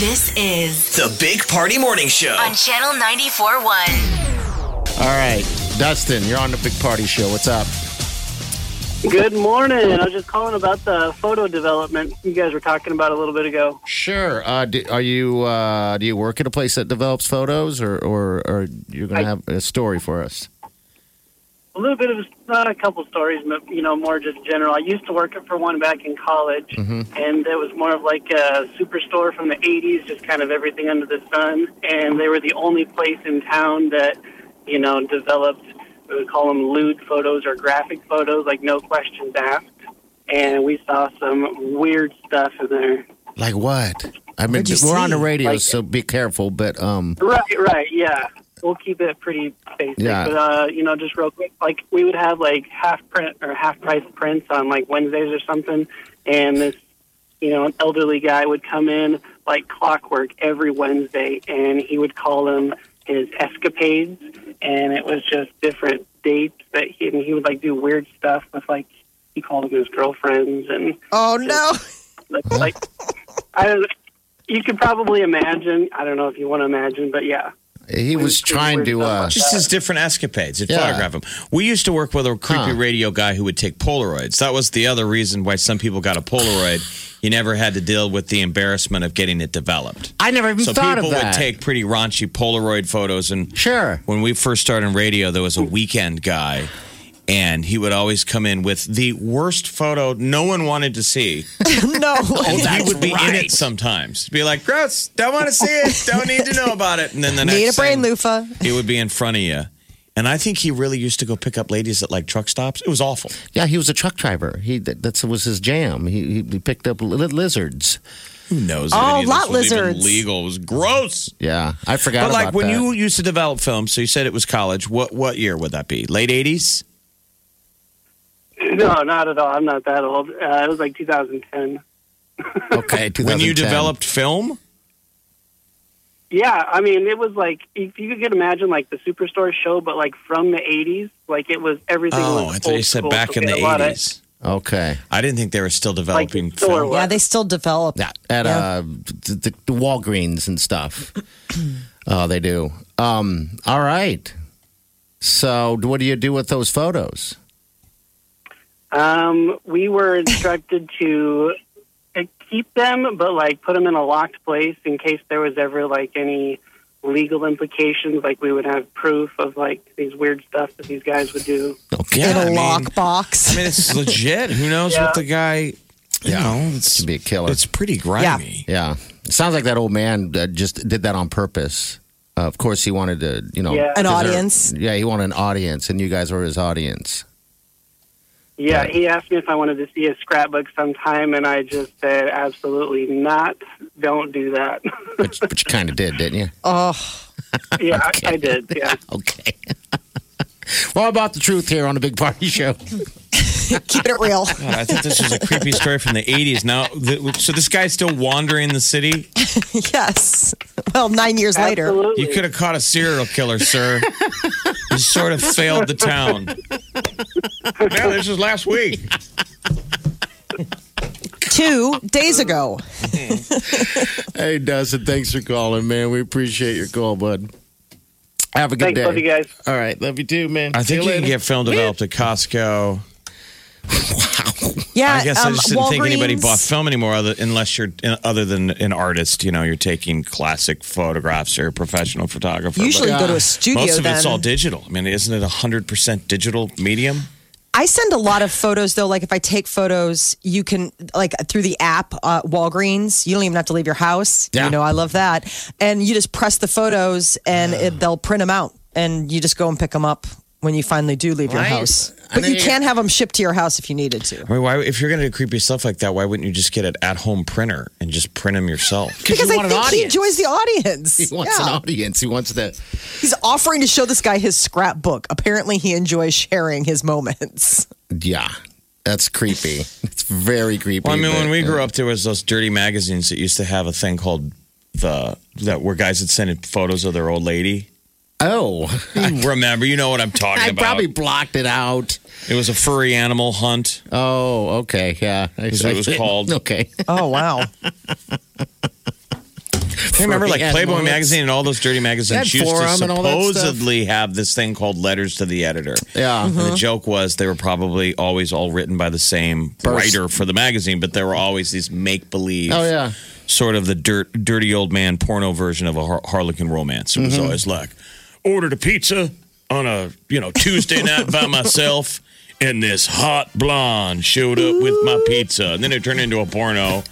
This is The Big Party Morning Show. on Channel 94.1. All right, Dustin, you're on the big party show. What's up? Good morning. I was just calling about the photo development you guys were talking about a little bit ago. Sure. Uh, do, are you uh, do you work at a place that develops photos, or or, or you're gonna have a story for us? A little bit of not a couple stories, but you know, more just general. I used to work for one back in college, and it was more of like a superstore from the '80s, just kind of everything under the sun. And they were the only place in town that you know developed. We would call them lewd photos or graphic photos, like no questions asked. And we saw some weird stuff in there. Like what? I mean, What'd you we're on the see? radio, Like- so be careful. But um, Right, right, yeah. We'll keep it pretty basic, Yeah. but uh, you know, just real quick, like we would have like half print or half price prints on like Wednesdays or something, and this, you know, an elderly guy would come in like clockwork every Wednesday, and he would call them his escapades, and it was just different dates that he and he would like do weird stuff with like he called them his girlfriends and Oh no! like, like I don't. You could probably imagine. I don't know if you want to imagine, but yeah. he was trying to. Uh, Just his different escapades. He'd Yeah. photograph them. We used to work with a creepy Huh. radio guy who would take Polaroids. That was the other reason why some people got a Polaroid. You never had to deal with the embarrassment of getting it developed. I never even so thought people of that. would take pretty raunchy Polaroid photos. And Sure. when we first started in radio, there was a weekend guy, and he would always come in with the worst photo no one wanted to see. No, And he would be in it sometimes. Be like, gross, don't want to see it, don't need to know about it. And then the next need a brain thing, loofah. he would be in front of you. And I think he really used to go pick up ladies at like truck stops. It was awful. Yeah, he was a truck driver. He that that's, was his jam. He, he picked up li- lizards. Who knows? if Oh, any of this lot was even lizards. legal. It was gross. Yeah, I forgot. But like about when that. you used to develop films, so you said it was college. What what year would that be? Late eighties? No, not at all. I'm not that old. Uh, it was like 2010. okay, When 2010. you developed film? Yeah, I mean, it was like if you could imagine like the Superstore show, but like from the 80s. Like it was everything. Oh, was I thought you old said school, back so in we the had a lot of- eighties. Okay. I didn't think they were still Like developing the store film. was. Yeah, they still develop. Yeah, at uh, the, the, the Walgreens and stuff. oh, they do. Um, all right. So, what do you do with those photos? Um, we were instructed to uh, keep them, but like put them in a locked place in case there was ever like any legal implications. Like we would have proof of like these weird stuff that these guys would do. Okay. in a I mean- lock box. I mean, it's legit. Who knows what the guy? You know, it's To be a killer. it's pretty grimy. yeah. It sounds like that old man uh, just did that on purpose. Uh, of course, he wanted to, you know, Yeah. 'cause An they're- audience. Yeah, he wanted an audience, and you guys were his audience. Yeah, he asked me if I wanted to see a scrapbook sometime, and I just said, absolutely not. Don't do that. But, but you kind of did, didn't you? Oh, yeah, I- I did. Yeah. Okay. well, about the truth here on the Big Party Show. keep it real. God, I thought this was a creepy story from the 80s. Now, th so this guy's still wandering the city? yes. Well, nine years later. Absolutely. You could have caught a serial killer, sir. You sort of failed the town. Yeah, this is last week. Two days ago. Hey, Dustin, thanks for calling, man. We appreciate your call, bud. Have a good Thanks, day. love you guys. All right, love you too, man. I think See you can later. get film developed at Costco. Yeah. I guess I um, just didn't think anybody Walgreens. bought film anymore, other, unless you're other than an artist. You know, you're taking classic photographs or a professional photographer. but Usually you go to a studio. most of then. it's all digital. I mean, isn't it hundred percent digital medium? I send a lot of photos though. Like if I take photos, you can like through the app, uh, Walgreens. You don't even have to leave your house. Yeah. You know, I love that. And you just press the photos, and it, they'll print them out, and you just go and pick them up. when you finally do leave your Right. house. I But mean, you can have them shipped to your house if you needed to. I mean, why, if you're going to do creepy stuff like that, why wouldn't you just get an at home printer and just print them yourself? Because you I want an think he audience. enjoys the audience. He wants Yeah. an audience. He wants the. He's offering to show this guy his scrapbook. Apparently, he enjoys sharing his moments. Yeah, that's creepy. It's very creepy. Well, I mean, but- when we uh, grew up, there was those dirty magazines that used to have a thing called the that where guys would send in photos of their old lady. oh, Hmm. Remember, you know what I'm talking I about. probably blocked it out. It was a furry animal hunt. Oh, okay, yeah. I- Is what it was I- called. Okay. Oh wow! I remember like Furry Playboy animals. magazine and all those dirty magazines They had used to Forum and all that stuff. supposedly have this thing called letters to the editor. Yeah. Mm-hmm. And the joke was they were probably always all written by the same First. writer for the magazine, but there were always these make believe. Oh yeah. sort of the dirt, dirty old man porno version of a har- Harlequin romance. It was Mm-hmm. always like, ordered a pizza on a you know Tuesday night by myself, and this hot blonde showed up with my pizza, and then it turned into a porno.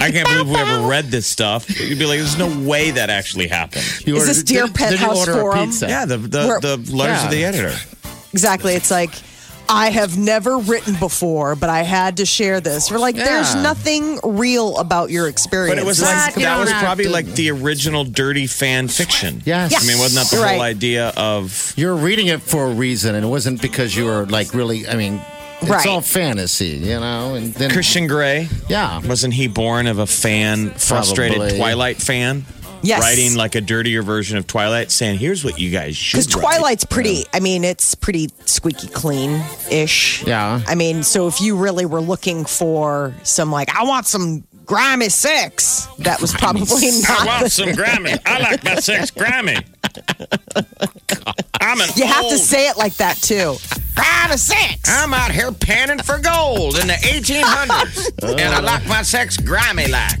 I can't believe we ever read this stuff. You'd be like, there's no way that actually happened. You Is this ordered- Dear did- Pet did you House order a Forum? pizza? Yeah, the the, We're- the letters of the Yeah. editor. Exactly. It's like I have never written before, but I had to share this. We're like, there's Yeah. nothing real about your experience. But it was like that was probably like the original dirty fan fiction. Yes. I mean, wasn't that the You're whole right. idea of You're reading it for a reason, and it wasn't because you were like really. I mean, it's Right. all fantasy, you know. And then Christian Grey? yeah, Wasn't he born of a fan, frustrated Probably. Twilight fan? Yes. Writing like a dirtier version of Twilight, saying, here's what you guys should because write." Twilight's pretty. I mean, it's pretty squeaky clean ish. Yeah. I mean, so if you really were looking for some, like, I want some grimy sex, that was probably I not. want some Grammy. I like my sex Grammy. I'm an You have to old- say it like that too. Grimy sex. I'm out here panning for gold in the 1800s, and I like my sex grimy like.